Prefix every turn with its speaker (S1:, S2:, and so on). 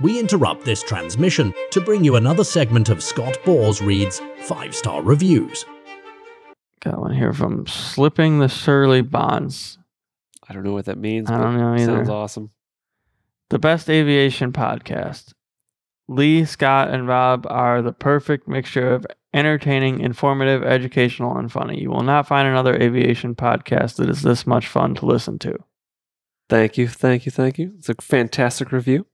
S1: we interrupt this transmission to bring you another segment of Scott Bors Reads Five Star Reviews.
S2: Got one here from Slipping the Surly Bonds.
S3: I don't know what that means.
S2: I
S3: but
S2: don't know
S3: it Sounds
S2: either.
S3: awesome.
S2: The best aviation podcast. Lee, Scott, and Rob are the perfect mixture of entertaining, informative, educational, and funny. You will not find another aviation podcast that is this much fun to listen to.
S3: Thank you, thank you, thank you. It's a fantastic review.